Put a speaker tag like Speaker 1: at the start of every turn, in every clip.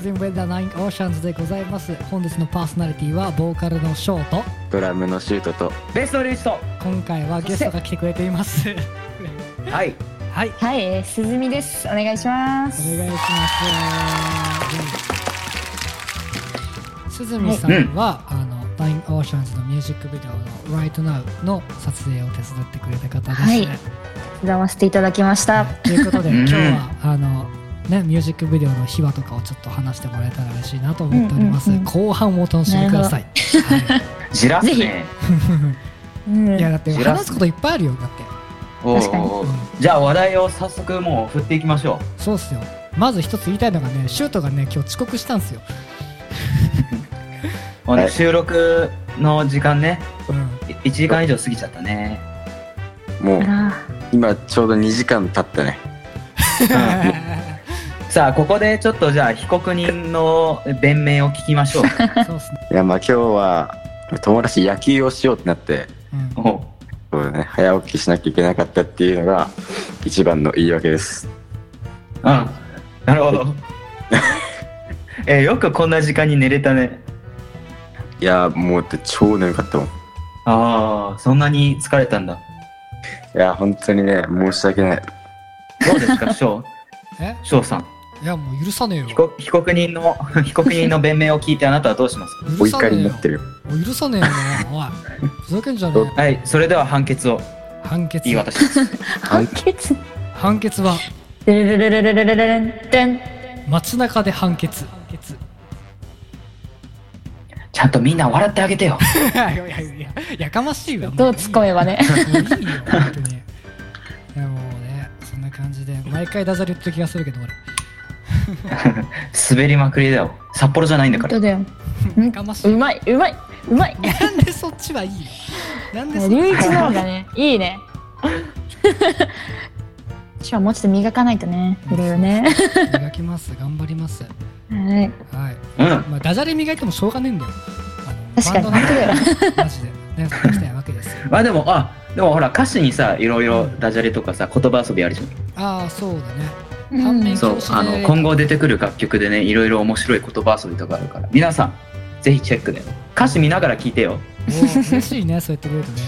Speaker 1: ジンブレンダーナインオーシャンズでございます本日のパーソナリティはボーカルのショート
Speaker 2: ドラムのシュートと
Speaker 3: ベースのリスト
Speaker 1: 今回はゲストが来てくれています
Speaker 3: はい
Speaker 1: はい
Speaker 4: はい、えー、すずみです。お願いします。
Speaker 1: お願いします鈴見さんは、あのナインオーシャンズのミュージックビデオの Right Now の撮影を手伝ってくれた方です、
Speaker 4: はいお邪魔していただきました。
Speaker 1: ということで
Speaker 3: うん
Speaker 1: 今日はあのねミュージックビデオの秘話とかをちょっと話してもらえたら嬉しいなと思っております、
Speaker 4: うんうんうん
Speaker 1: 後半をお楽しみください、は
Speaker 3: じらすね
Speaker 4: うん
Speaker 1: い、いやだって
Speaker 3: 知らん
Speaker 1: 話すこといっぱいあるよだって、
Speaker 3: おう
Speaker 4: 確かに
Speaker 3: おうおう
Speaker 1: うん
Speaker 3: じゃあ話題を早速もう振っていきましょ
Speaker 1: そうっすよまず一つ言いたいのがねシュートがね今日遅刻したんですよ、
Speaker 3: う、
Speaker 2: はい
Speaker 3: 収録の時間ね
Speaker 1: うん、
Speaker 3: 1時間以上過ぎちゃったね、
Speaker 2: もう
Speaker 4: あら
Speaker 2: 今ちょうど2時間経ったね
Speaker 3: さあここでちょっとじゃあ被告人の弁明を聞きましょう
Speaker 1: そうっすね、
Speaker 2: いやまあ今日は友達野球をしようってなって
Speaker 1: うん、
Speaker 3: おう
Speaker 2: そうだね早起きしなきゃいけなかったっていうのが一番の言い訳です
Speaker 3: うんなるほど えよくこんな時間に寝れたね
Speaker 2: いやもうだって超眠かったもんい
Speaker 3: ああそんなに疲れたんだ
Speaker 2: や本当にね申し訳ない
Speaker 3: どうです か翔
Speaker 1: え
Speaker 3: 翔さん
Speaker 1: いやもう許さねえよ
Speaker 3: 被告被告人の 被告人の弁明を聞いてあなたはどうしますか
Speaker 2: お
Speaker 1: 許さ
Speaker 2: 怒
Speaker 1: ね
Speaker 2: り
Speaker 1: え
Speaker 2: に
Speaker 1: よ
Speaker 2: なってるよ
Speaker 1: もう許さねえよおいふざけんじゃね
Speaker 3: はいそれでは判決を
Speaker 1: え判決
Speaker 3: 言い渡します
Speaker 4: 判決。
Speaker 1: 判決は
Speaker 4: でれれれれれれれれれんてん。
Speaker 1: 街中で判決判 決
Speaker 3: ちゃんとみんな笑ってあげてよ
Speaker 1: いやいやいややかましいわも
Speaker 4: どう突っ込めばね。
Speaker 1: もういいよ、本当に。いやもうね、そんな感じで、毎回ダジャレ言ってる気がするけど、俺。
Speaker 3: 滑りまくりだよ札幌じゃないんだか
Speaker 4: どう
Speaker 3: ら
Speaker 4: だよ。
Speaker 1: やかましい。
Speaker 4: う
Speaker 1: な
Speaker 4: まい、うまい、うまい。
Speaker 1: んでそっちはいいのなんでそ
Speaker 4: も
Speaker 1: うっち
Speaker 4: 龍一の方がね、いいね。手話もうちょっと磨かないとね。いろいろね。
Speaker 1: 磨きます、頑張ります。
Speaker 4: はい。
Speaker 1: はい。
Speaker 3: うん
Speaker 1: まあ、ダジャレ磨いてもしょうがねえんだよ。あの
Speaker 4: 確かに
Speaker 1: バンドなんてマジで。ね、そんなしたいわけですよ。
Speaker 3: まあでもあでもほら歌詞にさいろいろダジャレとかさ言葉遊びあるじゃん
Speaker 1: ああ、そうだね。
Speaker 4: うん
Speaker 1: 反面
Speaker 3: そうあの今後出てくる楽曲でねいろいろ面白い言葉遊びとかあるから皆さんぜひチェックで歌詞見ながら聞いてよ
Speaker 1: おー嬉しいね、そうやってくれるとね。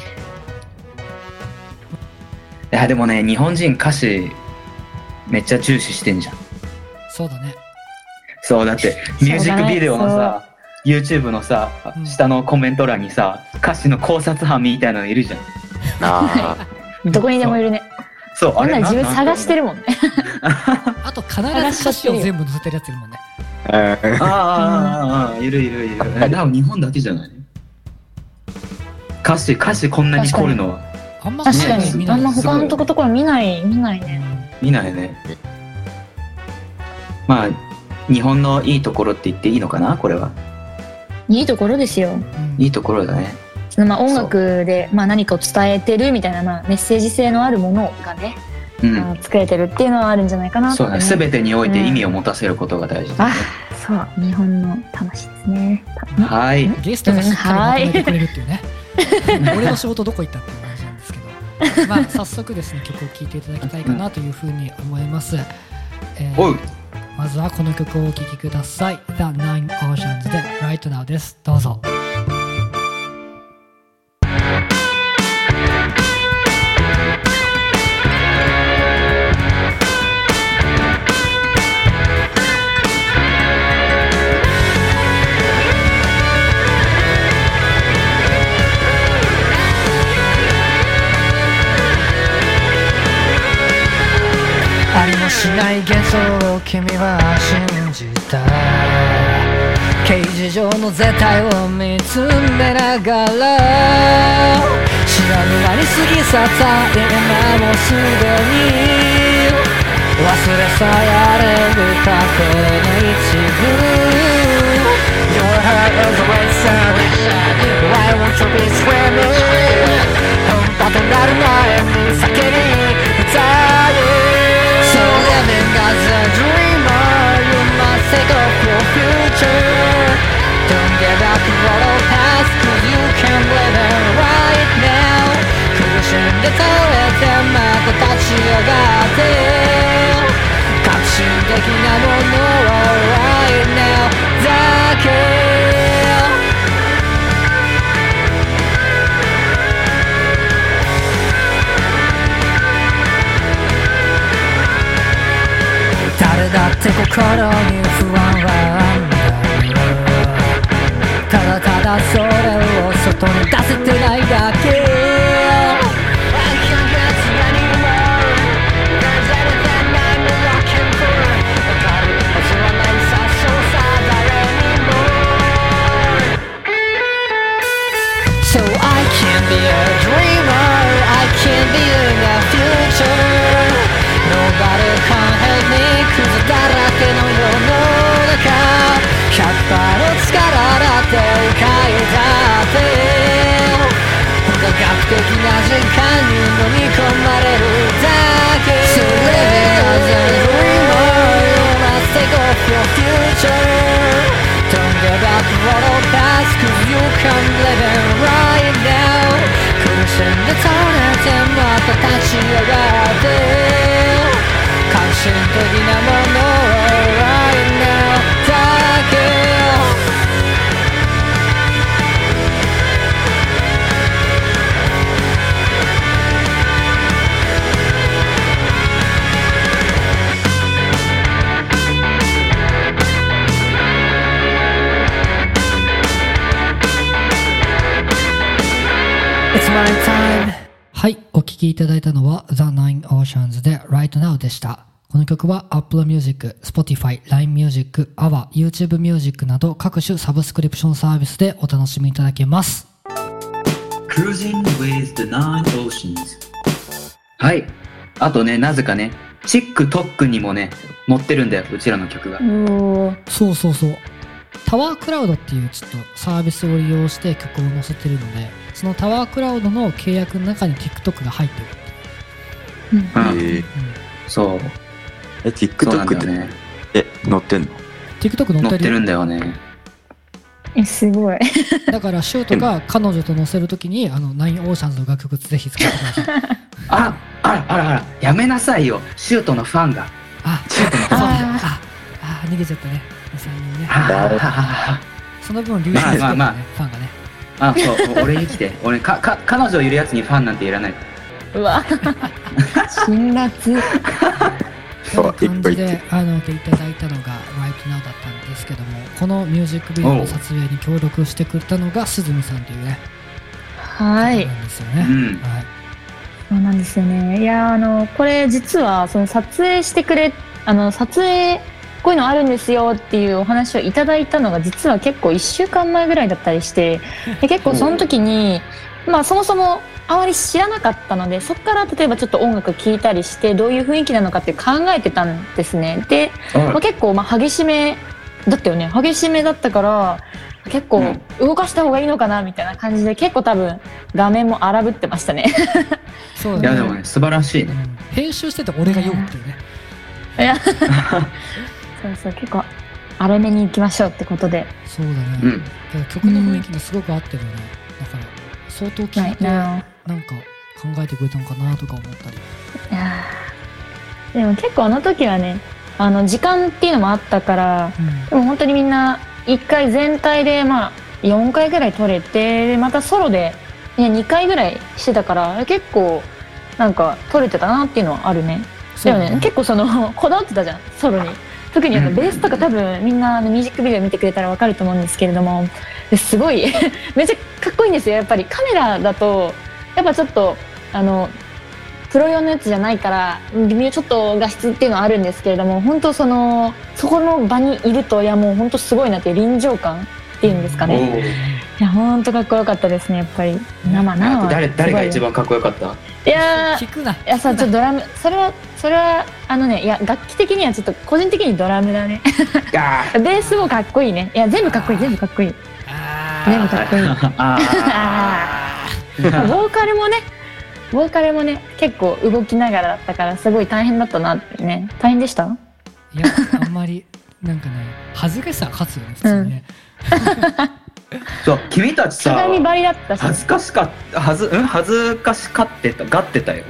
Speaker 3: いやでもね日本人歌詞めっちゃ重視してんじゃん
Speaker 1: そうだね。
Speaker 3: そうだって
Speaker 4: う
Speaker 3: ミュージックビデオの
Speaker 4: そう
Speaker 3: さ YouTube のさ
Speaker 1: うん
Speaker 3: 下のコメント欄にさ歌詞の考察班みたいなのいるじゃん
Speaker 2: あ
Speaker 4: どこにでもいるね。
Speaker 3: そうあ
Speaker 4: こん
Speaker 3: れ
Speaker 4: なん自分
Speaker 3: なん
Speaker 4: 探してるもんね。
Speaker 1: あと、必ず歌詞を全部載せてるやついるもんね。
Speaker 2: あうん
Speaker 3: ああああああいるいるいるえでも日本だけじゃない歌詞歌詞こんなに凝るのは
Speaker 1: あんま
Speaker 4: 確か
Speaker 3: ね
Speaker 4: に。
Speaker 1: な
Speaker 4: あ
Speaker 1: い
Speaker 4: んま他のとこところ見ない、見ないね。
Speaker 3: 見ないねまあ日本のいいところって言っていいのかなこれはい
Speaker 4: いところですよ。
Speaker 1: うん
Speaker 3: いいところだね
Speaker 4: そのまあ音楽でまあ何かを伝えてるみたいなまあメッセージ性のあるものがね、
Speaker 3: うん
Speaker 4: あの作れてるっていうのはあるんじゃないかなと
Speaker 3: そう
Speaker 4: 思
Speaker 3: だね
Speaker 4: す
Speaker 3: 全てにおいて意味を持たせることが大事だ
Speaker 4: あ
Speaker 3: ね、
Speaker 4: そう日本の魂ですね。
Speaker 3: はい
Speaker 1: ゲストがしっかりまとめてくれるっていうね、俺の仕事どこ行ったっていう感じなんですけど、まあ、早速ですね曲を聴いていただきたいかなというふうに思います、えー
Speaker 3: おう
Speaker 1: まずはこの曲をお聴きください The Nine Oceans で Right Now ですどうぞありもしない幻想を君は信じた刑事上の絶対を見つめながら知らぬ間に過ぎ去った今もすでに忘れ去られる過去の一部 Your heart is a waste of I want to be swimming 本場となる前に先に歌う So living as a dreamer You must take off your future Don't give up your old past Cause you can live it right now 苦しんで倒れてまた立ち上がって確信的なものを right now
Speaker 5: だそれを外に出せてないだけ「So I can be a dreamer, I can be in the future Nobody can help me クズだらけの世の中100%の力だって迂回だって科学的な時間に飲み込まれるだけ So live it as a dreamer You must take off your future Don't give up what all past Cause you can live it right now 苦しんで倒れてまた立ち上がって革新的なものを right now だけはい、お聴きいただいたのは The Nine Oceans で Right Now でした。この曲は Apple Music、Spotify、LINE Music、AWA、YouTube Music など各種サブスクリプションサービスでお楽しみいただけます。
Speaker 3: Cruising with the Nine Oceans はいあとねなぜかねチックトックにもね載ってるんだようちらの曲が
Speaker 4: おー
Speaker 5: そうそうそう。タワークラウドっていうちょっとサービスを利用して曲を載せてるので、そのタワークラウドの契約の中に TikTok が入ってる。
Speaker 4: うん
Speaker 3: う
Speaker 2: え
Speaker 3: ん、
Speaker 2: ー
Speaker 3: そう
Speaker 2: え、
Speaker 3: そうなん
Speaker 2: TikTok っ
Speaker 3: だよ
Speaker 2: て、
Speaker 3: ね
Speaker 2: え、載ってんの
Speaker 5: TikTok
Speaker 3: 載
Speaker 5: 載っ
Speaker 3: ってて
Speaker 5: る
Speaker 3: る
Speaker 5: よ。
Speaker 3: んだよね
Speaker 4: えすごい
Speaker 5: だからシュートが彼女と載せるときに、あの、ナインオーシャンズの楽曲ぜひ使ってください。
Speaker 3: あらあらあらあらやめなさいよシュートのファンが
Speaker 5: あ、
Speaker 3: シュートのファンが
Speaker 4: あ
Speaker 5: あ、あ、逃げちゃったね。2、3人ね。
Speaker 3: あ
Speaker 5: その分流出してるか
Speaker 3: ま
Speaker 5: ら
Speaker 3: あ
Speaker 5: ね、
Speaker 3: まあまあ
Speaker 5: ファンがね。
Speaker 3: ああそう俺に来て俺かか彼女いるやつにファンなんていらないう
Speaker 4: わ 辛辣
Speaker 5: そんな感じ
Speaker 2: 一歩一
Speaker 5: で、あの、お受けいただいたのが、Right Now だったんですけども、このミュージックビデオの撮影に協力してくれたのが、すずみさんというね、
Speaker 4: は
Speaker 5: 方
Speaker 4: い
Speaker 5: なんですよ
Speaker 3: う
Speaker 5: ね。
Speaker 3: ん
Speaker 5: はい。
Speaker 4: そうなんですよねいやーあのこれ実はその撮影してくれあの撮影こういうのあるんですよっていうお話をいただいたのが実は結構1週間前ぐらいだったりしてで結構その時にまあそもそもあまり知らなかったのでそこから例えばちょっと音楽聴いたりしてどういう雰囲気なのかって考えてたんですねで、まあ、結構まあ激しめだったよね激しめだったから結
Speaker 3: う
Speaker 4: 構
Speaker 3: ん
Speaker 4: 動かした方がいいのかなみたいな感じで結構多分画面も荒ぶってましたね
Speaker 5: そう
Speaker 3: い
Speaker 5: だ
Speaker 3: や
Speaker 5: ね。
Speaker 3: でもね素晴らしいね
Speaker 5: うん編集してて俺が酔うっていうね。
Speaker 4: そうそう結構荒れ目に行きましょうってことで
Speaker 5: そうだね。
Speaker 3: うん
Speaker 5: だから曲の雰囲気にすごく合ってるよね。だから、相当聴い
Speaker 4: い
Speaker 5: て、なんか
Speaker 4: な
Speaker 5: 考えてくれたのかなとか思ったり。
Speaker 4: いやーでも結構あの時はねあの時間っていうのもあったから
Speaker 5: うん
Speaker 4: でも本当にみんな1回全体でまあ4回ぐらい撮れてでまたソロで、ね、2回ぐらいしてたから結構なんか撮れてたなっていうのはあるね
Speaker 5: そ
Speaker 4: で
Speaker 5: うだ
Speaker 4: もね結構その こだわってたじゃんソロに特にあの
Speaker 3: うん
Speaker 4: ベースとか多分みんなあのミュージックビデオ見てくれたらわかると思うんですけれどもですごい めっちゃかっこいいんですよやっぱりカメラだとやっぱちょっとあのプロ用のやつじゃないから微妙にちょっと画質っていうのはあるんですけれども本当そのそこの場にいるといやもう本当すごいなっていう臨場感っていうんですか
Speaker 3: お
Speaker 4: ね
Speaker 3: お
Speaker 4: いや本当かっこよかったですねやっぱり生生は
Speaker 3: 誰誰が
Speaker 4: す
Speaker 3: 一
Speaker 4: ごい
Speaker 3: 番
Speaker 4: よ
Speaker 3: かっこよかった
Speaker 4: いやー
Speaker 5: 聞くな。
Speaker 4: いやさちょっとドラムそれはそれはあのねいや楽器的にはちょっと個人的にドラム だね
Speaker 3: あー
Speaker 4: ベースもかっこいいねいや全部かっこいい全部かっこいい
Speaker 5: あ
Speaker 4: 全部かっこいい
Speaker 3: あ ー
Speaker 4: ボーカルもねボーカルもね結構動きながらだったからすごい大変だったなってね大変でした
Speaker 5: いや、あんまり、なんかね、恥ずかしさは勝つよね、普通にね。
Speaker 3: そう君たちさ
Speaker 4: 鏡張りだったし
Speaker 3: 恥ずかしかったはずうん恥ずかしかってたがってたよ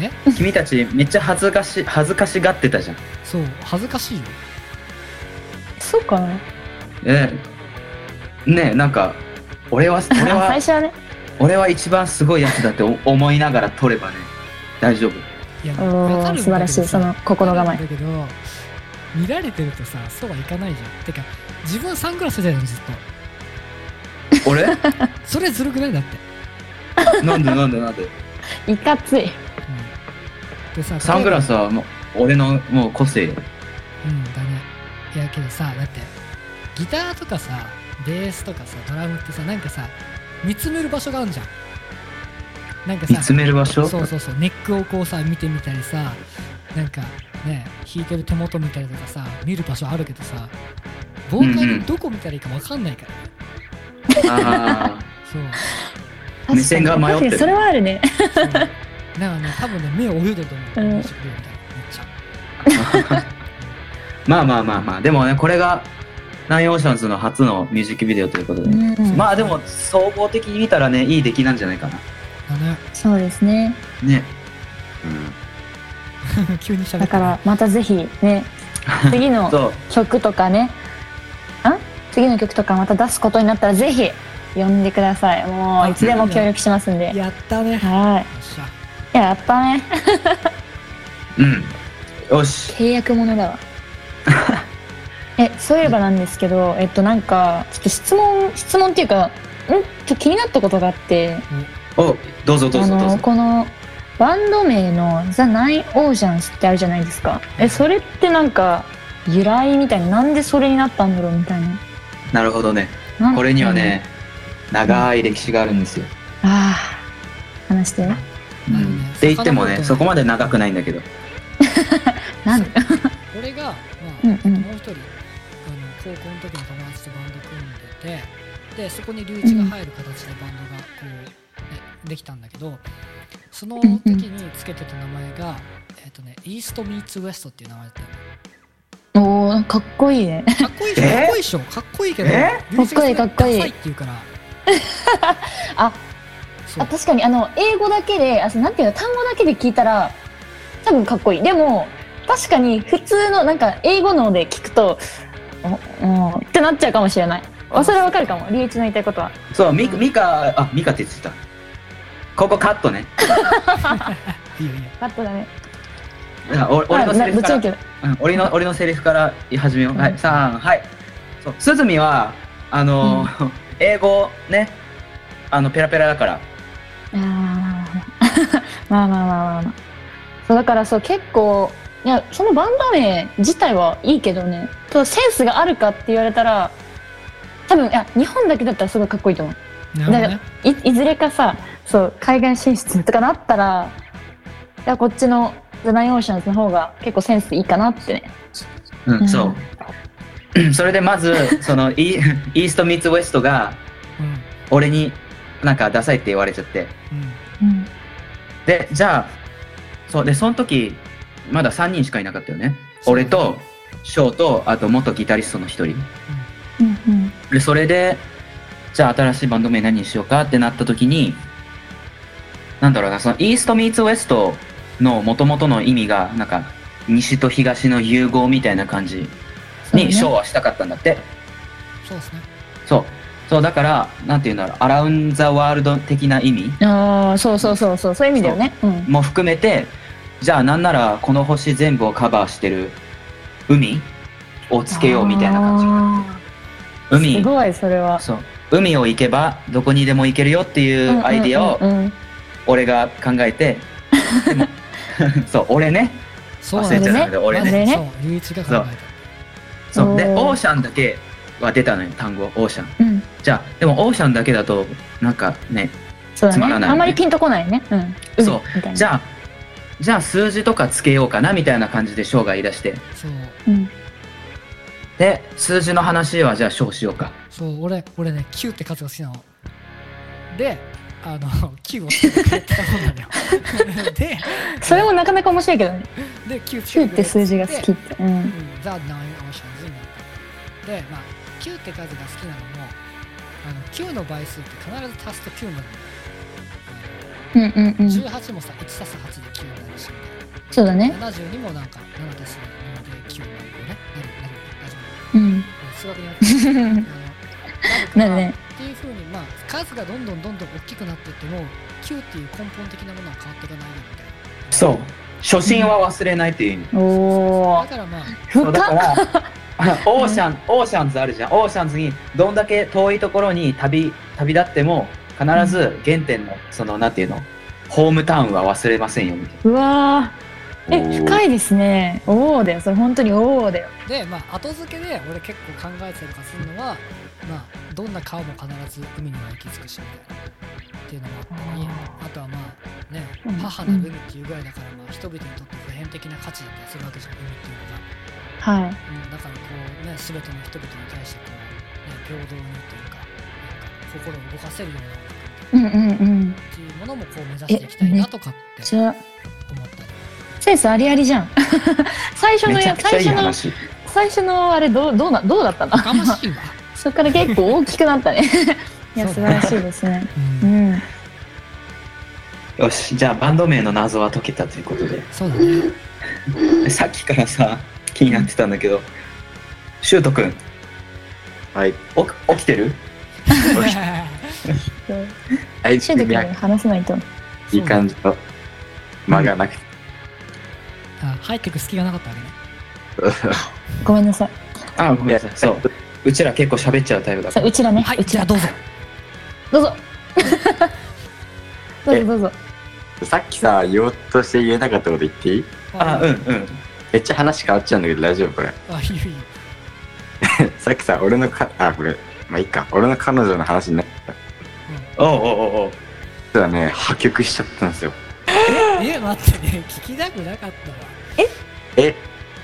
Speaker 5: え
Speaker 3: 君たちめっちゃ恥ずかし恥ずかしがってたじゃん
Speaker 5: そう、恥ずかしいよ。
Speaker 4: そうかな
Speaker 3: ええねえなんか俺 は俺
Speaker 4: あ最
Speaker 3: は
Speaker 4: 初はね
Speaker 3: 俺は一番すごいやつだってお思いながら撮ればね大丈夫
Speaker 5: いや、
Speaker 4: おー素晴らしいその心構え
Speaker 5: だけど、見られてるとさそうはいかないじゃんてか自分はサングラスじゃないのずっ と
Speaker 3: 俺
Speaker 5: それずるくないだって、
Speaker 3: なんでなんでなんで
Speaker 4: いかつい
Speaker 5: うんでさ
Speaker 3: サングラ
Speaker 5: ス
Speaker 3: スはもう俺のもう個性よ
Speaker 5: うんだねいやけどさだってギターとかさベースとかさドラムってさなんかさ見つめる場所があるじゃんなんかさ
Speaker 3: 見つめる場所
Speaker 5: そうそうそうネックをこうさ見てみたりさなんかね弾いてる手元見たりとかさ見る場所あるけどさボーカ
Speaker 3: うんう
Speaker 5: ル
Speaker 3: ん
Speaker 5: どこ見たらいいか分かんないから、ね
Speaker 3: あ
Speaker 5: そう
Speaker 3: 目線が迷ってる
Speaker 4: 確かに確かにそれはあるね
Speaker 5: そうなんかね多分ね目を泳いでると思う、
Speaker 4: うん
Speaker 5: ミュージックビデオみたいなめっちゃ
Speaker 3: ーまあまあまあまあでもねこれがナインオーシャンズの初のミュージックビデオということで、
Speaker 4: うん
Speaker 3: まあでも総合的に見たらねいい出来なんじゃないかな
Speaker 5: だね
Speaker 4: そうですね
Speaker 3: ね
Speaker 5: 急に
Speaker 4: だ
Speaker 5: 喋った
Speaker 4: からまたぜひ ね次の
Speaker 3: そう
Speaker 4: 曲とかねあ次の曲とかまた出すことになったらぜひ呼んでくださいもういつでも協力しますんで
Speaker 5: やったねよ
Speaker 4: は
Speaker 5: っしゃ
Speaker 4: いやっぱね
Speaker 3: うんよし
Speaker 4: 契約ものだわ えそういえばなんですけどえっとなんかちょっと質問質問っていうかんちょ気になったことがあって
Speaker 3: おどうぞどう
Speaker 4: あ
Speaker 3: ぞどう
Speaker 4: の
Speaker 3: ぞ
Speaker 4: このバンド名の「ザ・ナイン・オージャンス」ってあるじゃないですかえそれってなんか由来みたいななんでそれになったんだろうみたいな
Speaker 3: なるほどね
Speaker 4: なん
Speaker 3: これにはね長い歴史があるんですよ、
Speaker 4: うんああ話して
Speaker 3: う
Speaker 5: なるほど
Speaker 3: ん
Speaker 5: ね
Speaker 3: って言ってもね
Speaker 5: さ
Speaker 3: そ
Speaker 5: か
Speaker 3: こ
Speaker 5: のぼ
Speaker 3: まで長くないんだけど
Speaker 4: なん
Speaker 5: 俺が、まあ
Speaker 4: うんうん
Speaker 5: もう一人あの高校の時の友達とバンド組んでてでそこに龍一が入る形でバンドがこう、ね、できたんだけどその時につけてた名前が、えっ、とねイーストミーツウエストっていう名前 だったの
Speaker 4: おーかっこいいね
Speaker 5: かっこいいでしょかっこいいでしょかっこいいけど
Speaker 3: え
Speaker 5: 龍一がそれ
Speaker 4: かっこいいかっこいい
Speaker 5: ダサいって言うから
Speaker 4: あ
Speaker 5: そう
Speaker 4: あ確かにあの英語だけであそうなんていうの単語だけで聞いたら多分かっこいいでも確かに普通のなんか英語ので聞くとおおーってなっちゃうかもしれないあそれはわかるかもリーチの言いたいことは
Speaker 3: そうミミカあミカって言ってたここカットね
Speaker 5: いやいや
Speaker 4: カットだね
Speaker 3: あお俺のセ
Speaker 4: な
Speaker 3: リ
Speaker 4: ぶ
Speaker 3: フか
Speaker 4: っちゃ
Speaker 3: ら
Speaker 4: けど
Speaker 3: うん俺の俺のセリフから言い始めよう。はい、さん、はい。そう、すずみは、あのー英語ね、あの、ペラペラだから。
Speaker 4: あー まあまあまあまあまあそうだからそう結構いやそのバンド名自体はいいけどねとセンスがあるかって言われたら多分いや日本だけだったらすごいかっこいいと思う
Speaker 5: なるほ
Speaker 4: だ
Speaker 5: どね
Speaker 4: いいずれかさそう海外進出とかなったらいやこっちのザ・ナイン・オーシャンズの方が結構センスいいかなってね
Speaker 3: うん、
Speaker 4: うん
Speaker 3: そう。それでまず、その、イーイーストミーツウエストが、
Speaker 5: うん
Speaker 3: 俺になんかダサいって言われちゃって。
Speaker 5: うん
Speaker 4: うん
Speaker 3: で、じゃあ、そう、で、その時、まだ3人しかいなかったよね。
Speaker 5: そう
Speaker 3: 俺と、ショーと、あと元ギタリストの1人。
Speaker 4: うんうん
Speaker 3: でそれでじゃあ新しいバンド名何にしようかってなった時になんだろうなそのイーストミーツウエストの元々の意味がなんか西と東の融合みたいな感じ
Speaker 4: そうね
Speaker 3: にショーはしたかったんだって
Speaker 5: そうですね
Speaker 3: そう,、そうだからなんて言うんだろうアラウン・ザ・ワールド的な意味
Speaker 4: ああそうそうそうそうそういう意味だよねうん
Speaker 3: も含めてじゃあなんならこの星全部をカバーしてる海をつけようみたいな感じ
Speaker 4: じ
Speaker 3: 海
Speaker 4: すごいそれは
Speaker 3: そう海を行けばどこにでも行けるよっていうアイディアを
Speaker 4: うんうんうん
Speaker 3: 俺が考えてでもそう俺ね
Speaker 5: そう
Speaker 3: 忘れちゃった
Speaker 5: なん
Speaker 3: け
Speaker 5: だ
Speaker 3: ど俺
Speaker 4: ね
Speaker 5: そう龍一が考え
Speaker 3: そうで
Speaker 4: おー
Speaker 3: オーシャンだけは出たのよ単語オーシャン
Speaker 4: うんうん
Speaker 3: じゃあでもオーシャンだけだとなんかね
Speaker 4: そうだ
Speaker 3: つま
Speaker 4: ね
Speaker 3: らないね
Speaker 4: あんまりピンとこないねうん海
Speaker 3: そう
Speaker 4: みたいな
Speaker 3: じゃあじゃあ数字とかつけようかなみたいな感じで翔が言い出して
Speaker 5: たそう
Speaker 4: うん
Speaker 3: で数字の話はじゃあ翔しようか
Speaker 5: そう俺俺ね9って数が好きなのであの9 をつけてやったもんなのよ で
Speaker 4: それもなかなか面白いけどね
Speaker 5: で9つけ
Speaker 4: 9
Speaker 5: て
Speaker 4: って数字が好きってう
Speaker 5: うん
Speaker 4: ん
Speaker 5: ザ・ナイン・オーシャンズになったでまあ9って数が好きなのもあの9の倍数って必ず足すと9になる
Speaker 4: うんうんう
Speaker 5: の
Speaker 4: ん
Speaker 5: 18もさ1足す8で9になるし
Speaker 4: そうだね
Speaker 5: 72もなんか7足す7で9になるよねなるなるなる
Speaker 4: うん
Speaker 5: 数学になってるあの
Speaker 4: なるね
Speaker 5: っていう風にまあ数がどんどんどんどん大きくなっていっても9っていう根本的なものは変わっていかないよみたいな
Speaker 3: そう初心は忘れないっていう意味
Speaker 4: お
Speaker 5: だ
Speaker 4: お
Speaker 5: からまあ
Speaker 3: そうだか
Speaker 4: 深っ
Speaker 3: ら オーシャンオーシャンズあるじゃんオーシャンズにどんだけ遠いところに旅旅立っても必ず原点のそのなんていうのホームタウンは忘れませんよみたいな
Speaker 4: うわー
Speaker 2: おー
Speaker 4: え深いですねおおだよそれ本当におおだよ
Speaker 5: でまあ後付けで俺結構考えてたりとかするのはまあどんな顔も必ず海には行き着くしみたいなっていうのもあったり
Speaker 4: あ
Speaker 5: あとはまあね
Speaker 4: うん
Speaker 5: 母の海っていうぐらいだからまあ人々にとって普遍的な価値だったりするわけじゃん海っていうのが。
Speaker 4: はい
Speaker 5: うん、だからこうね全ての人々に対してこう、ね、平等にというかなんか心を動かせるよう
Speaker 4: う
Speaker 5: な
Speaker 4: んうんうん
Speaker 5: っていうものもこう目指していきたいなとかって
Speaker 4: じゃあ
Speaker 5: 思ったり
Speaker 4: センスありありじゃん 最初の
Speaker 2: めち
Speaker 4: や
Speaker 2: ゃくちゃ
Speaker 4: 最
Speaker 2: いい
Speaker 4: 初の
Speaker 2: 話。
Speaker 4: 最初のあれどうどうなどうだったの
Speaker 5: やかましいわ、
Speaker 4: そこから結構大きくなったね いや素晴らしいですね
Speaker 5: う
Speaker 4: うんん
Speaker 3: よしじゃあバンド名の謎は解けたということで
Speaker 5: そうだ ね
Speaker 3: さっきからさ気になってたんだけどシュート君
Speaker 2: はい。
Speaker 3: お起きてる
Speaker 2: はい、
Speaker 4: シュート君に話さないと
Speaker 2: いい感じの間がなくて。
Speaker 5: あ入ってく隙がなかったわけね
Speaker 4: ごめんなさい
Speaker 3: あごめんなさいそううちら結構喋っちゃうタイプだか
Speaker 4: さあ
Speaker 3: ら
Speaker 4: うちらね、
Speaker 5: はいう
Speaker 4: ち
Speaker 5: じゃ
Speaker 4: ら
Speaker 5: あどうぞ
Speaker 4: どうぞどう
Speaker 2: え
Speaker 4: ぞ どうぞ
Speaker 2: さっきさ、言おうとして言えなかったこと言っていい
Speaker 3: あうんうん
Speaker 2: めっちゃ話変わっちゃうんだけど大丈夫これ。
Speaker 5: あいいよいいよ
Speaker 2: さっきさ、俺のか、あ、これ、まあいいか。俺の彼女の話になった。
Speaker 3: おうおうおうおう
Speaker 2: 実はね、破局しちゃったんですよ。
Speaker 5: え待ってね聞きたくなかったわ
Speaker 2: え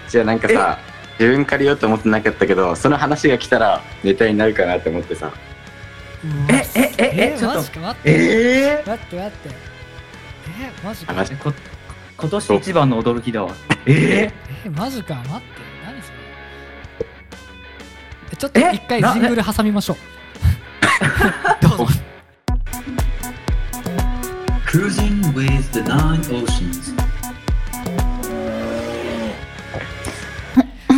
Speaker 2: じゃあなんかさ、自分から言おうと思ってなかったけど、その話が来たらネタになるかなと思ってさ。
Speaker 5: うわ
Speaker 3: ええええちょっと
Speaker 5: マジか待って
Speaker 3: ええ
Speaker 5: 待って待ってえマジか
Speaker 2: 話
Speaker 3: こ今年一番の驚きだわえ
Speaker 5: えマジか待って何それえちょっと
Speaker 3: え
Speaker 5: 一回
Speaker 3: な
Speaker 5: ジングル挟みましょうどうぞ
Speaker 3: ー、Cruising with the nine oceans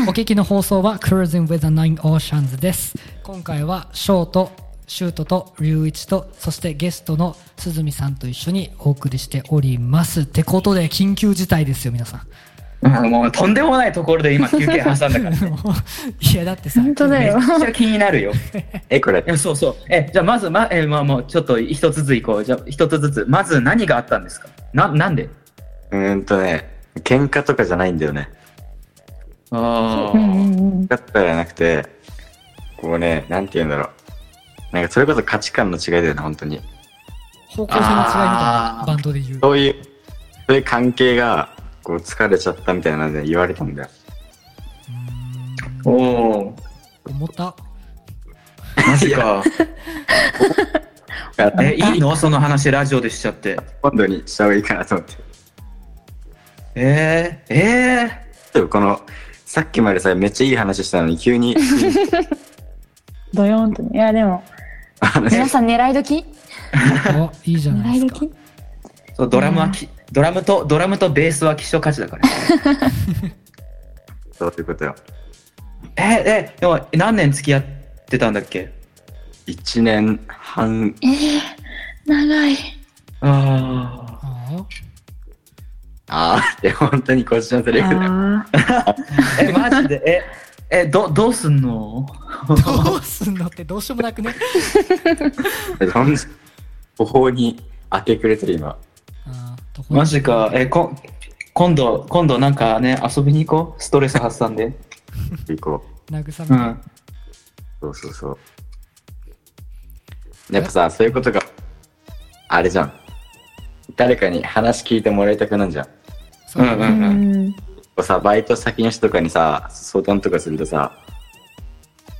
Speaker 5: お聞きの放送は Cruising with the Nine Oceans です今回はショートシュートと龍一とそしてゲストの鈴見さんと一緒にお送りしておりますってことで緊急事態ですよ皆さん
Speaker 3: うんもうとんでもないところで今休憩挟んだ からめっ
Speaker 5: いやだってさ
Speaker 4: 本当だよ
Speaker 3: ちゃ気になるよ
Speaker 2: え、これ
Speaker 3: い、やそうそうえじゃあまずまえまあもうちょっと一つずついこうじゃあ一つずつまず何があったんですかななんで
Speaker 2: うーんとね、喧嘩とかじゃないんだよね。
Speaker 3: あ
Speaker 4: うんうんうん
Speaker 2: だったらなくて、こうね、なんて言うんだろう。なんかそれこそ価値観の違いだよね、本当に。
Speaker 5: 方向性の違いみたい
Speaker 3: あ
Speaker 5: な
Speaker 3: ー
Speaker 5: バンドで言う
Speaker 2: そういう、そういう関係が、こう疲れちゃったみたいなんで言われたんだよ。
Speaker 3: おおー
Speaker 5: 思った
Speaker 3: マジか
Speaker 2: だから
Speaker 3: えいいのその話ラジオでしちゃって
Speaker 2: 今度にした方がいいかなと思って。
Speaker 3: えー、え
Speaker 2: でもこの、さっきまでさ、めっちゃいい話したのに、急 に
Speaker 4: ドヨーンとねいやでも
Speaker 2: 話
Speaker 4: 皆さん狙い時
Speaker 5: おいいじゃない
Speaker 4: 狙
Speaker 5: で
Speaker 4: い
Speaker 5: すか
Speaker 4: 時
Speaker 3: ー、そうドラムはきドラムとドラムとベースは希少価値だから
Speaker 2: そういうことよ。
Speaker 3: え、え、でも何年付き合ってたんだっけ
Speaker 2: 1年半、
Speaker 4: えー、長い
Speaker 3: あ
Speaker 5: あ
Speaker 2: あーって、本当にこっちのセリフだよ。
Speaker 4: あ
Speaker 3: あ。え、マジで、え、え、ど、どうすんの
Speaker 5: ーどうすんのってどうしようもなくね
Speaker 2: ほん途方に明け暮れてる今。
Speaker 5: あーどこ
Speaker 3: マジか。え、こ、今度、今度なんかね、遊びに行こう。ストレス発散で。
Speaker 2: 行こ
Speaker 5: 慰めて、
Speaker 3: うん。
Speaker 2: う。そうそうそう。やっぱさ、そういうことが、あれじゃん。誰かに話聞いてもらいたくなんじゃん。こ
Speaker 5: そう
Speaker 3: うん
Speaker 4: ーうん
Speaker 2: うさ、バイト先の人とかにさ、相談とかするとさ、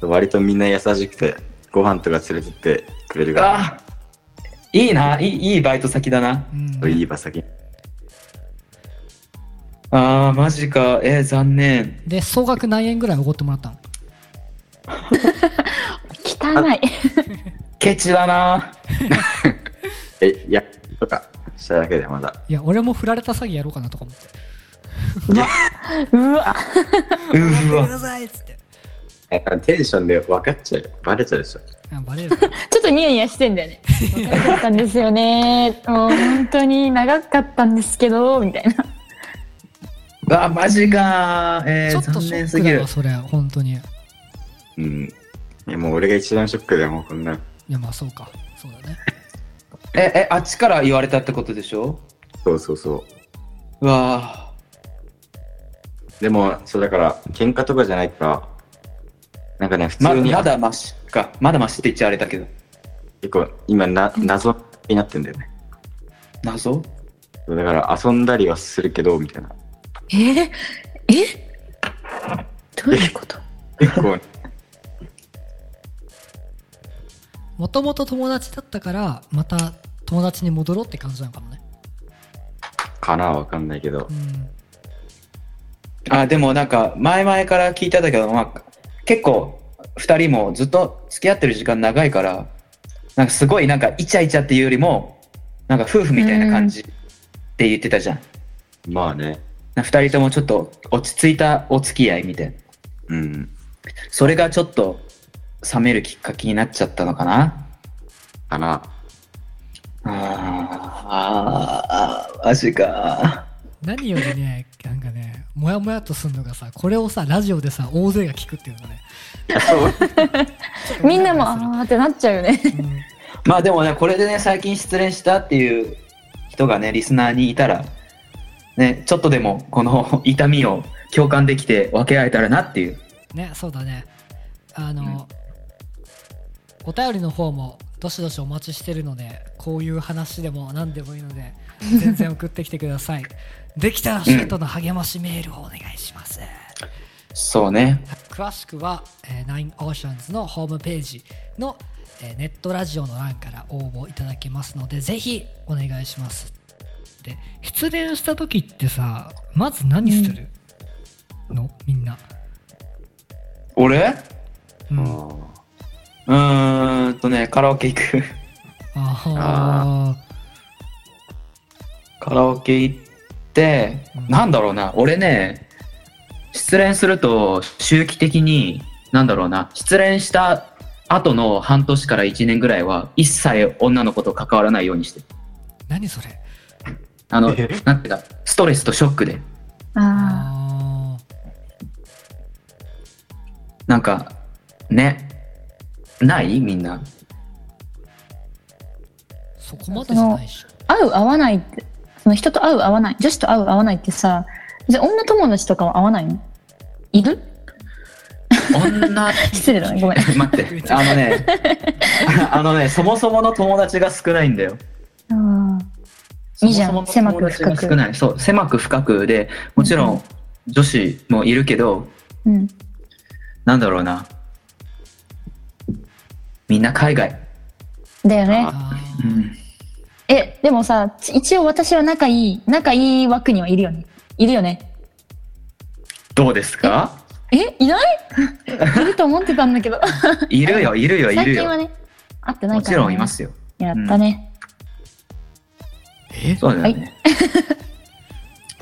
Speaker 2: 割とみんな優しくて、ご飯とか連れてってくれるから、
Speaker 3: あいいな。いい、いいバイト先だな。
Speaker 5: うん
Speaker 2: いい場先。
Speaker 3: あー、マジか。え、残念。
Speaker 5: で総額何円ぐらいおごってもらったの
Speaker 4: 汚い
Speaker 3: ケチだな。
Speaker 2: え、いや、とか、しただけでまだ。
Speaker 5: いや俺も振られた詐欺やろうかなとか思って
Speaker 4: うわ
Speaker 3: うーわ。
Speaker 5: ださいっつって
Speaker 2: なんかテンションで分かっちゃうよ。バレちゃうでしょ。
Speaker 5: あバレる
Speaker 4: ちょっとニヤニヤしてんだよね。長かったんですよ ね。もう本当に長かったんですけど、みたいな。
Speaker 3: わ、マジかー。え
Speaker 5: ちょ
Speaker 3: ー、
Speaker 5: っと
Speaker 3: 残
Speaker 5: ショ
Speaker 3: 念
Speaker 5: ッ
Speaker 3: す
Speaker 5: ク
Speaker 3: ぎ
Speaker 5: だ
Speaker 3: る
Speaker 5: わ。それ本当にい
Speaker 2: うん。いやもう俺が一番ショックでもうこんな、
Speaker 5: やまあそうかそうだね
Speaker 3: え、え、あっちから言われたってことでしょ
Speaker 2: そうそうそう。
Speaker 3: うわ
Speaker 2: でも、そうだから、喧嘩とかじゃないから、なんかね、普
Speaker 3: ーま
Speaker 2: 通に、
Speaker 3: まだマシか。まだマシって言っちゃあれだけど。
Speaker 2: 結構今な、謎になってんだよね。
Speaker 3: 謎
Speaker 2: そうだから、遊んだりはするけど、みたいな。
Speaker 4: ええどういうこと
Speaker 2: 結構、
Speaker 5: もともと友達だったからまた友達に戻ろうって感じなのかもね
Speaker 2: かなわかんないけ ど
Speaker 5: う。ん
Speaker 3: あ、でもなんか、前々から聞いてたけど、まあ、結構、二人もずっと付き合ってる時間長いから、なんかすごいなんか、イチャイチャっていうよりも、なんか夫婦みたいな感じって言ってたじゃん。
Speaker 2: まあね。
Speaker 3: なんか二人ともちょっと落ち着いたお付き合いみたいな。
Speaker 2: うん。
Speaker 3: それがちょっと冷めるきっかけになっちゃったのかな
Speaker 2: かな。
Speaker 3: あーあー、マジか。
Speaker 5: 何よりねなんかねモヤモヤっとするのがさこれをさラジオでさ大勢が聞くっていうのがねちょっ と
Speaker 4: みんなも、
Speaker 5: モヤモ
Speaker 4: あーってなっちゃうよね。
Speaker 5: ヤするうん
Speaker 3: まあでもね、これでね、最近失恋したっていう人がね、リスナーにいたら、ね、ちょっとでもこの痛みを共感できて分け合えたらなっていう。
Speaker 5: ねそうだねあの、お便りの方もどしどしお待ちしてるのでこういう話でも何でもいいので全然送ってきてく ださいできたらシュートの励ましメールをお願いします、
Speaker 3: そうね。
Speaker 5: 詳しくは、えー、ナインオーシャンズのホームページの、えーネットラジオの欄から応募いただけますのでぜひお願いしますで失恋した時ってさまず何するの、みんな、
Speaker 3: 俺
Speaker 5: うん、あ
Speaker 2: あー
Speaker 3: うーんとね、カラオケ行く。
Speaker 5: あー
Speaker 3: カラオケ行って、
Speaker 5: うん
Speaker 3: なんだろうな、俺ね、失恋すると周期的に、なんだろうな、失恋した後の半年から1年ぐらいは、一切女の子と関わらないようにしてる。
Speaker 5: 何それ
Speaker 3: あ の、なんていうか、ストレスとショックで。
Speaker 4: あ
Speaker 5: あ
Speaker 3: なんか、ね、ないみんな。
Speaker 5: ーそこまでじゃないでしょ
Speaker 4: あ。合う合わないって、その人と合う合わない、女子と合う合わないってさ、じゃあ女友達とかは合わないのいる
Speaker 3: 女、
Speaker 4: 失礼だ ね、ごめん。
Speaker 3: 待って、あのね、 あのね、そもそもの友達が少ないんだよ。
Speaker 4: あいいじゃん
Speaker 3: そもそもの友達が
Speaker 4: 狭く深く
Speaker 3: 少ない。そう、狭く深くで、もちろ
Speaker 4: うん
Speaker 3: 女子もいるけど、
Speaker 4: ーうん。
Speaker 3: なんだろうな。みんな海外。
Speaker 4: だよね。
Speaker 5: あ
Speaker 3: う
Speaker 5: ー
Speaker 3: ん。
Speaker 4: え、でもさ、ち一応私は仲いい、仲いい枠にはいるよね。いるよね。
Speaker 3: どうですか
Speaker 4: え、いない いると思ってたんだけど。
Speaker 3: いるよ、いるよ、い
Speaker 4: 最
Speaker 3: る
Speaker 4: 近は
Speaker 3: よ。
Speaker 4: ね、会ってない
Speaker 3: も
Speaker 4: から、ね。
Speaker 3: ちろんいま。すよ。
Speaker 4: やったね。
Speaker 5: え
Speaker 3: そうだよね。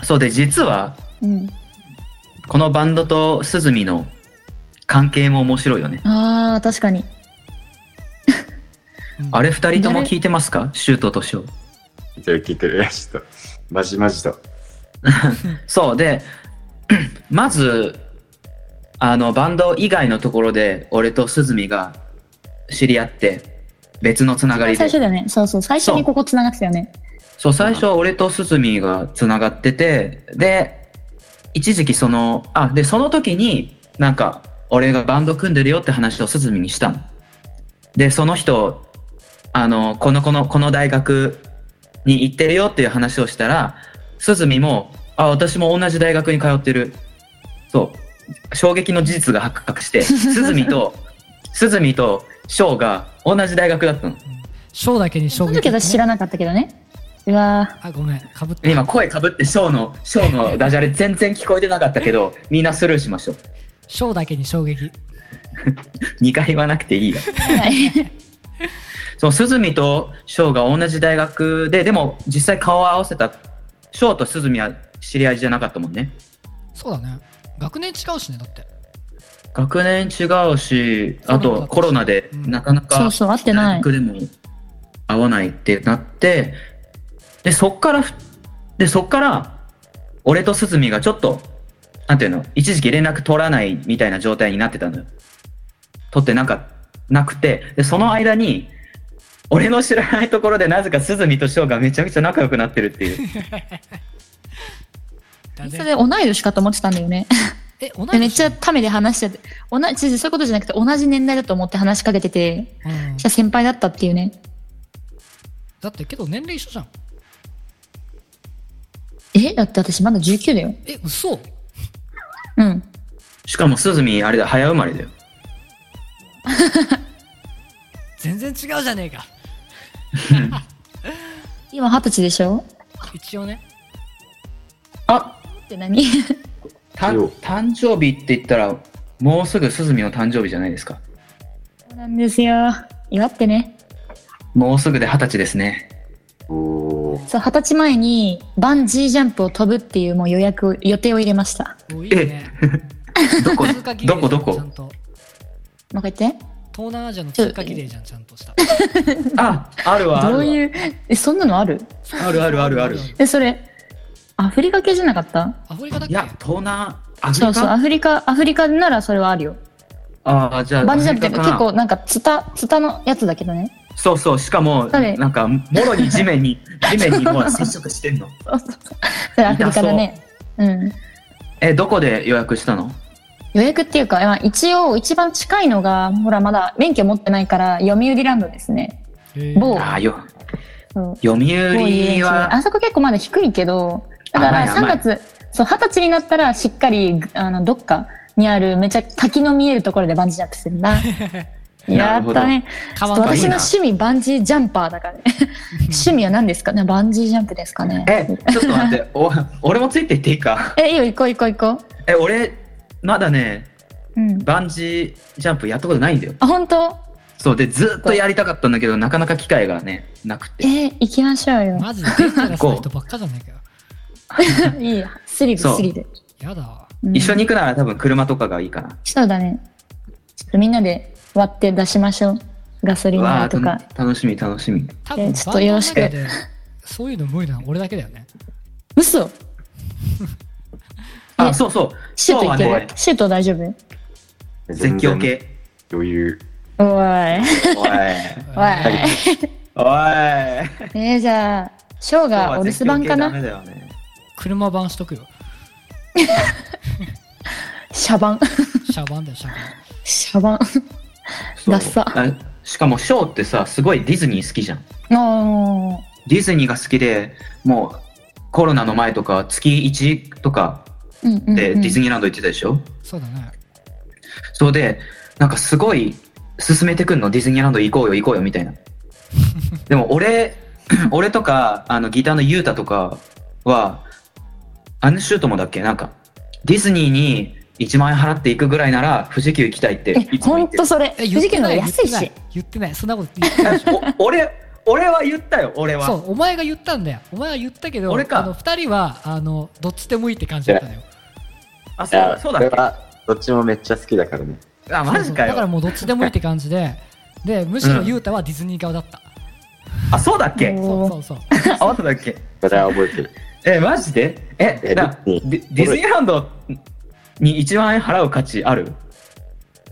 Speaker 3: そうで、実は、
Speaker 4: うん。
Speaker 3: このバンドと鈴見の関係も面白いよね。
Speaker 4: ああ、確かに。
Speaker 5: うん
Speaker 3: あれ二人とも聞いてますかシュートとショウ。
Speaker 2: 聞いてる聞いてる。ちょっと、まじまじと。
Speaker 3: そうで まずあのバンド以外のところで俺と鈴見が知り合って別のつなが
Speaker 4: 最
Speaker 3: りで
Speaker 4: 初だよね。そうそう。最初にここ繋がってたよね。
Speaker 3: そう最初は俺と鈴見がつながっててで一時期そのあでその時になんか俺がバンド組んでるよって話を鈴見にしたのでその人あのこのこのこの大学に行ってるよっていう話をしたら鈴見もあ私も同じ大学に通ってるそう衝撃の事実が発覚して鈴見と鈴見と翔が同じ大学だったの
Speaker 5: ショーだけに
Speaker 4: そ
Speaker 5: 衝
Speaker 4: の
Speaker 5: 撃
Speaker 4: 時私知らなかったけどね。うわ
Speaker 5: あごめんかぶって
Speaker 3: 今声かぶってショーの、ショー のダジャレ全然聞こえてなかったけど、みんなスルーしましょう。
Speaker 5: ショーだけに衝撃
Speaker 3: 2回言わなくていいや。
Speaker 4: ー。はい
Speaker 3: そう、鈴見とショーが同じ大学で、でも実際顔を合わせた、ショーと鈴見は知り合いじゃなかったもんね。
Speaker 5: そうだね学年違うしねだって
Speaker 3: 学年違うし、あ
Speaker 5: そうなん
Speaker 3: と
Speaker 5: だ
Speaker 3: コロナで
Speaker 5: うん
Speaker 3: なかな
Speaker 4: そ
Speaker 3: か
Speaker 4: うそう合ってな
Speaker 3: 大
Speaker 4: い
Speaker 3: 学でも合わないってなって、で、そっからふ、で、そっから、俺とすずみがちょっと、なんていうの、一時期連絡取らないみたいな状態になってたのよ。取ってなんか、なくて、で、その間に、俺の知らないところでなぜかすずみと翔がめちゃくちゃ仲良くなってるって いう。
Speaker 5: だ
Speaker 4: そ
Speaker 5: ね
Speaker 4: れで同い年かと思ってたんだよね。
Speaker 5: え同い
Speaker 4: で
Speaker 5: 年
Speaker 4: めっちゃためで話してて、同じ、違う違うそういうことじゃなくて同じ年代だと思って話しかけてて、
Speaker 5: うん
Speaker 4: そしたら先輩だったっていうね。
Speaker 5: だってけど年齢一緒じゃん
Speaker 4: えだって私まだ19だよ。
Speaker 5: え嘘
Speaker 4: うん。
Speaker 3: しかもすずみ、あれだ、早生まれだよ。
Speaker 5: 全然違うじゃねえか
Speaker 4: 今二十歳でしょ
Speaker 5: 一応ね
Speaker 3: あ、
Speaker 4: って何
Speaker 3: た
Speaker 2: よ
Speaker 3: 誕生日って言ったら、もうすぐすずみの誕生日じゃないですか。
Speaker 4: そうなんですよ。祝ってね。
Speaker 3: もうすぐで二十歳ですね。
Speaker 2: おー
Speaker 4: そう、二十歳前にバンジージャンプを飛ぶっていうもう予約を、予定を入れました。
Speaker 5: おいいね
Speaker 3: どこ
Speaker 5: 通過儀礼
Speaker 3: どこど
Speaker 5: ちゃ
Speaker 3: こ
Speaker 5: んと
Speaker 4: もう一回言って。
Speaker 5: 東南アジアの通過儀礼じゃんちゃんとした
Speaker 3: あ、あるわ。あるわ
Speaker 4: どういう、え、そんなのある
Speaker 3: あるあるあるある。
Speaker 4: え、それ、アフリカ系じゃなかった
Speaker 5: アフリカだ
Speaker 3: い
Speaker 5: っけ
Speaker 3: や、東南、アフリ
Speaker 4: そ
Speaker 3: カ
Speaker 4: うそう、アフリカ、アフリカならそれはあるよ。
Speaker 3: ああ、じゃあ、
Speaker 4: バンジージャンプ
Speaker 3: ア
Speaker 4: っ
Speaker 3: フリ
Speaker 4: て
Speaker 3: カか
Speaker 4: 結構なんかツタ、ツタのやつだけどね。
Speaker 3: そうそう、しかも、
Speaker 4: 誰
Speaker 3: なんか、もろに地面 に、地面にもう接触してんの。
Speaker 4: そうそうそれアフリカだね。うん。
Speaker 3: え、どこで予約したの
Speaker 4: 予約っていうか、まあ、一応一番近いのが、ほらまだ免許持ってないから、読売ランドですね。
Speaker 5: へー
Speaker 4: 某。
Speaker 3: ああ、よ、
Speaker 4: そう
Speaker 3: 読
Speaker 4: 某遊園
Speaker 3: 売
Speaker 4: 地
Speaker 3: は、
Speaker 4: あそこ結構まだ低いけど、だか
Speaker 3: 甘い
Speaker 4: ら
Speaker 3: 甘
Speaker 4: 3
Speaker 3: い
Speaker 4: 月、そう、二十歳になったらしっかり、あの、どっかにあるめちゃ滝の見えるところでバンジージャンプするん だ。やったね。ちょっと
Speaker 5: 川
Speaker 4: 私
Speaker 5: 端
Speaker 4: の趣味バンジージャンパー だからね。趣味は何ですかねバンジージャンプですかね。
Speaker 3: え、ちょっと待 って、お俺もついていっていいか。
Speaker 4: え、いいよ、行こう行こう行こ
Speaker 3: え、俺、まだね、
Speaker 4: う。うん。
Speaker 3: バンジージャンプやったことないんだよ。
Speaker 4: あ、本当
Speaker 3: そう、で、ずっとやりたかったんだけど、なかなか機会がね、なくて。
Speaker 4: え、行きましょうよ。
Speaker 5: マジでデンジャラスな人ばっかじゃねえかよ
Speaker 4: いいよ。スリル
Speaker 3: そう
Speaker 4: スリル。
Speaker 5: やだ
Speaker 4: うん
Speaker 3: 一緒に行くなら多分車とかがいいかな。
Speaker 4: そうだね。ちょっとみんなで割って出しましょう。ガソリン
Speaker 3: わあ
Speaker 4: 代とか。
Speaker 3: 楽しみ楽しみ。
Speaker 5: 多分
Speaker 4: ちょっとよろしく
Speaker 5: バンドの中でそういうの無理なの俺だけだよね
Speaker 4: 嘘
Speaker 3: あ、
Speaker 4: ね
Speaker 3: そうそう。
Speaker 4: シュートいけ
Speaker 3: 今日は
Speaker 4: る
Speaker 3: ね
Speaker 4: シュート大丈夫
Speaker 3: 絶叫系。
Speaker 2: 余裕。
Speaker 4: おい。
Speaker 3: おい。
Speaker 4: おい。
Speaker 3: おい。
Speaker 4: えー、 じゃあ、ショーがお留守番か
Speaker 3: 今日は絶叫系ダメ
Speaker 4: な
Speaker 3: だよね
Speaker 5: 車版しとくよ
Speaker 4: 車番。
Speaker 5: 車番だよ車番
Speaker 4: 車番。
Speaker 3: そう
Speaker 4: ダッサ
Speaker 3: あしかもショーってさ、すごいディズニー好きじゃん。
Speaker 4: おー。
Speaker 3: ディズニーが好きで、もうコロナの前とか月1とか
Speaker 4: うんうん、うん。
Speaker 3: でディズニーランド行ってたでしょ、
Speaker 5: そうだね
Speaker 3: そうで、なんかすごい進めてくんの、ディズニーランド行こうよ、行こうよ、みたい な。でも俺、 俺とか、あの、ギターのユータとかは、アヌシュートもだっけなんか、ディズニーに1万円払っていくぐらいなら、富士急行きたいって
Speaker 4: え、
Speaker 3: いつも
Speaker 4: ほ
Speaker 3: 言
Speaker 4: ん
Speaker 3: ってる
Speaker 4: と。それ。富
Speaker 5: 言っ
Speaker 4: 士
Speaker 5: て
Speaker 4: 急の方
Speaker 5: な
Speaker 4: が
Speaker 5: い言って
Speaker 4: 安い
Speaker 5: な
Speaker 4: し
Speaker 5: い。言ってないそんなこと 言ってない
Speaker 3: お俺、俺は言ったよ、俺
Speaker 5: そ
Speaker 3: は。
Speaker 5: うお前が言ったんだよお前は言ったけど
Speaker 3: 俺か
Speaker 5: あの2人はあのどっちでもいいって感じだったのよ
Speaker 3: あ、そ
Speaker 2: いうや、
Speaker 3: そう
Speaker 2: こ
Speaker 3: だ
Speaker 2: れ
Speaker 3: っ
Speaker 2: はどっちもめっちゃ好きだからね。
Speaker 3: けあ、マジ
Speaker 5: そうそ
Speaker 3: か
Speaker 5: うだから
Speaker 3: よ。
Speaker 5: もうどっちでもいいって感 じででむしろ
Speaker 3: うん
Speaker 5: 雄太はディズニー側だった、
Speaker 3: あ、そうだっけ
Speaker 5: そう
Speaker 4: お
Speaker 5: そ
Speaker 4: ー
Speaker 5: うそう
Speaker 3: あ、そうだっけ
Speaker 2: それは覚えてる。
Speaker 3: え、マジでえ、
Speaker 2: え
Speaker 3: な
Speaker 2: ディ
Speaker 3: デ
Speaker 2: ズニー
Speaker 3: ィディズニーランドに1万円払う価値ある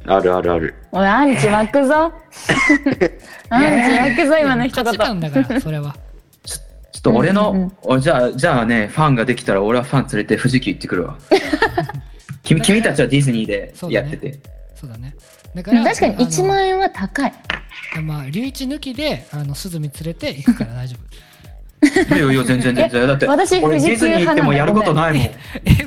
Speaker 2: あるあるある。
Speaker 4: おい、アンチ湧くぞ。 アンチ湧くぞ、今の一
Speaker 5: 価
Speaker 4: 言。
Speaker 5: 値観だからそれは
Speaker 3: ちょっと俺の、
Speaker 4: うんうんうん
Speaker 3: おじゃあ、じゃあね、ファンができたら俺はファン連れて富士急行ってく るわ。君君たちはディズニーでやってて。
Speaker 5: そうだねだから
Speaker 4: 確かに
Speaker 5: あの
Speaker 4: 1万円は高い。
Speaker 5: まあ龍一抜きであの鈴見連れて行くから大丈夫
Speaker 3: いやいや、全然全然。だって、
Speaker 4: 私
Speaker 3: 俺デ
Speaker 4: 富士
Speaker 3: ィズ
Speaker 4: 急
Speaker 3: ニー行っ
Speaker 4: 派
Speaker 3: て
Speaker 4: な
Speaker 3: も
Speaker 4: ん
Speaker 3: や
Speaker 4: だ
Speaker 3: る
Speaker 4: ご
Speaker 3: こ
Speaker 4: め
Speaker 3: と
Speaker 4: ん。
Speaker 3: ないもん。
Speaker 5: え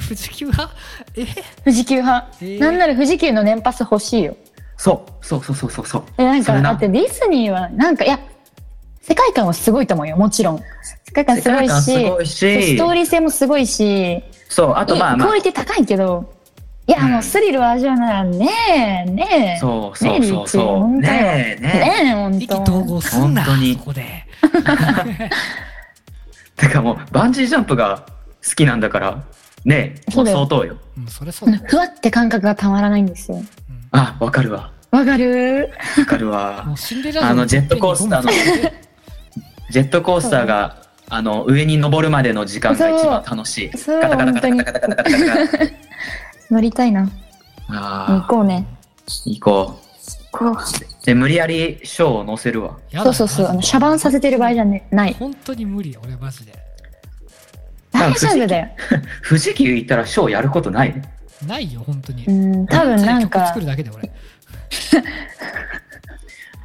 Speaker 5: 富士急派え
Speaker 4: 富士急派
Speaker 5: え。ー
Speaker 4: なんなら富士急の年パス欲しいよ。
Speaker 3: そう、そうそうそうそうそう。
Speaker 4: えなん
Speaker 3: それ
Speaker 4: か
Speaker 3: な
Speaker 4: だってディズニーはなんかいや世界観はすごいと思うよもちろん世界観
Speaker 3: 世
Speaker 4: すご
Speaker 3: 界
Speaker 4: い
Speaker 3: 観
Speaker 4: し
Speaker 3: すごい
Speaker 4: ス
Speaker 3: し
Speaker 4: トー。リー性もすごいし
Speaker 3: そう、あとまあま
Speaker 4: クオ
Speaker 3: あ。
Speaker 4: リティ高いけどいや、
Speaker 3: うん
Speaker 4: もうスリルは味わうならねえねえ
Speaker 3: そうそうそう
Speaker 4: ね
Speaker 3: そう。
Speaker 4: え
Speaker 3: ねえねえ。
Speaker 4: ねえほん
Speaker 5: 意気投
Speaker 4: と
Speaker 5: 合すんな
Speaker 3: 本当に
Speaker 5: そこで
Speaker 3: てかもう、バンジージャンプが好きなんだから、ねえ、
Speaker 4: そ
Speaker 3: も
Speaker 4: う
Speaker 3: う
Speaker 4: だよ
Speaker 3: 相当よ。
Speaker 5: うんそれそうだ、
Speaker 4: ふわって感覚がたまらないんですよ
Speaker 5: うん
Speaker 3: あ、わかるわ。
Speaker 4: わかる
Speaker 3: わかるわ
Speaker 5: も。うシンデレラ
Speaker 3: あの、ジェットコースターの、ジェットコースターが、あの、上に登るまでの時間が一番楽しい。
Speaker 4: そう
Speaker 3: ガタガタガタガタガタガタガタガタ。
Speaker 4: 乗りたいな。行
Speaker 3: ああ、
Speaker 4: こうね。
Speaker 3: 行こ
Speaker 4: こう。
Speaker 3: う。で、無理やりショーを載せるわ。
Speaker 4: そうそうそう。あの、シャバンさせてる場合じゃねない。
Speaker 5: 本当に無理俺マジで
Speaker 4: 大丈夫だよ。
Speaker 3: 富士急行ったらショーやることない
Speaker 5: ないよ本当に
Speaker 4: うん、多分なん
Speaker 5: 本当に曲
Speaker 4: か
Speaker 5: 作、るだけで俺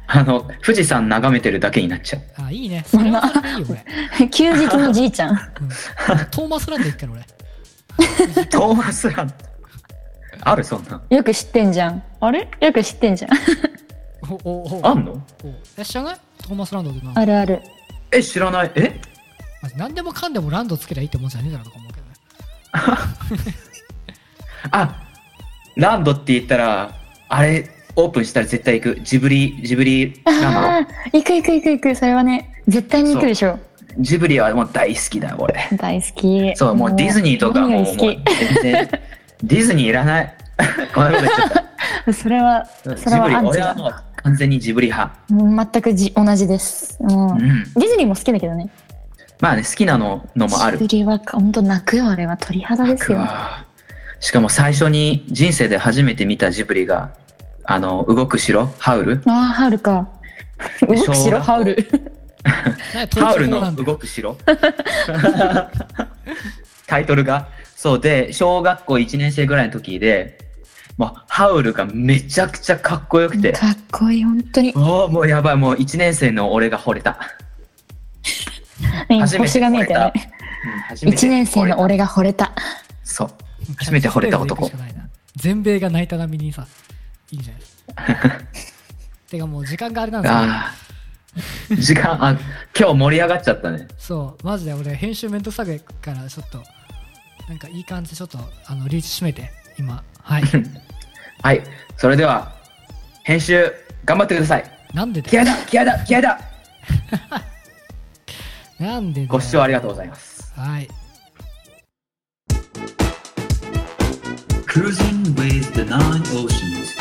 Speaker 3: あの、富士山眺めてるだけになっちゃう。
Speaker 5: あいいねそれはそれでいいよ俺、
Speaker 4: 休日のじいちゃん。
Speaker 5: うん、トーマスランド行くから俺
Speaker 3: トーマスランド。あるそんなん。
Speaker 4: よく知ってんじゃん。あれよく知ってんじゃん。
Speaker 5: おおお
Speaker 3: あんの
Speaker 5: おえ知らないトーマスランドってなんか
Speaker 4: あるある。
Speaker 3: え、知らない。え
Speaker 5: まあ何でもかんでもランドつけりゃいいってもんじゃねえだろうとか思うけどね
Speaker 3: あ、ランドって言ったら、あれ、オープンしたら絶対行く。ジブリ、ジブリラ ン
Speaker 4: ああ、行く行く行く行く。それはね、絶対に行くでしょ。
Speaker 3: ド。ジブリはもう大好きだよ、俺。
Speaker 4: 大好き。
Speaker 3: そう、もうディズニーとかもう、
Speaker 4: 何
Speaker 3: も
Speaker 4: が
Speaker 3: う全然、ディズニーいらない。こんなこと言っちゃっ
Speaker 4: 好き。それは、
Speaker 3: た。ジ
Speaker 4: それは
Speaker 3: ブリ、
Speaker 4: アンチ
Speaker 3: 俺は
Speaker 4: だ。
Speaker 3: もう完全にジブリ派。
Speaker 4: うん全くじ同じです。もう
Speaker 3: うん。
Speaker 4: ディズニーも好きだけどね。
Speaker 3: まあね、好きなののもある
Speaker 4: ジ。ブリは本当泣くよあれは鳥肌ですよ。
Speaker 3: しかも最初に人生で初めて見たジブリが、あの、動く城、ハウル。
Speaker 4: ああハウルか。動く
Speaker 3: 小学
Speaker 4: 城
Speaker 3: 校
Speaker 4: ハウル。
Speaker 5: なんか
Speaker 3: ハウル
Speaker 5: 東京な
Speaker 3: の
Speaker 5: んだ
Speaker 3: 動く城。タイトルが。そうで、小学校1年生ぐらいの時で、もうハウルがめちゃくちゃかっこよくて、
Speaker 4: かっこいい本当に。
Speaker 3: おお、もうやばい、もう1年生の俺が惚れた。
Speaker 4: 今
Speaker 3: 初めて
Speaker 4: 星が見えたよ
Speaker 3: 惚れ
Speaker 4: ね。
Speaker 3: うん初めて惚
Speaker 4: 一
Speaker 3: れ
Speaker 4: 年生の
Speaker 3: た。
Speaker 4: 俺が惚れた。
Speaker 3: そう。初めて惚れた男
Speaker 5: キャッチフレーズで行くしかないな全米が泣いた波にさいいんじ ゃないですかてかもう時間があれなんですよ
Speaker 3: ああ。時間、あ、今日盛り上がっちゃったね。
Speaker 5: そうマジで俺編集めんどくさいからちょっとなんかいい感じでちょっとあのリーチ締めて今はい
Speaker 3: はい。それでは、編集、頑張ってください。
Speaker 5: なんでだ
Speaker 3: 気合
Speaker 5: よ
Speaker 3: だ気合だ気合だ
Speaker 5: なんでだよ
Speaker 3: ご視聴ありがとうございます。
Speaker 5: はい
Speaker 6: Cruising with the nine oceans.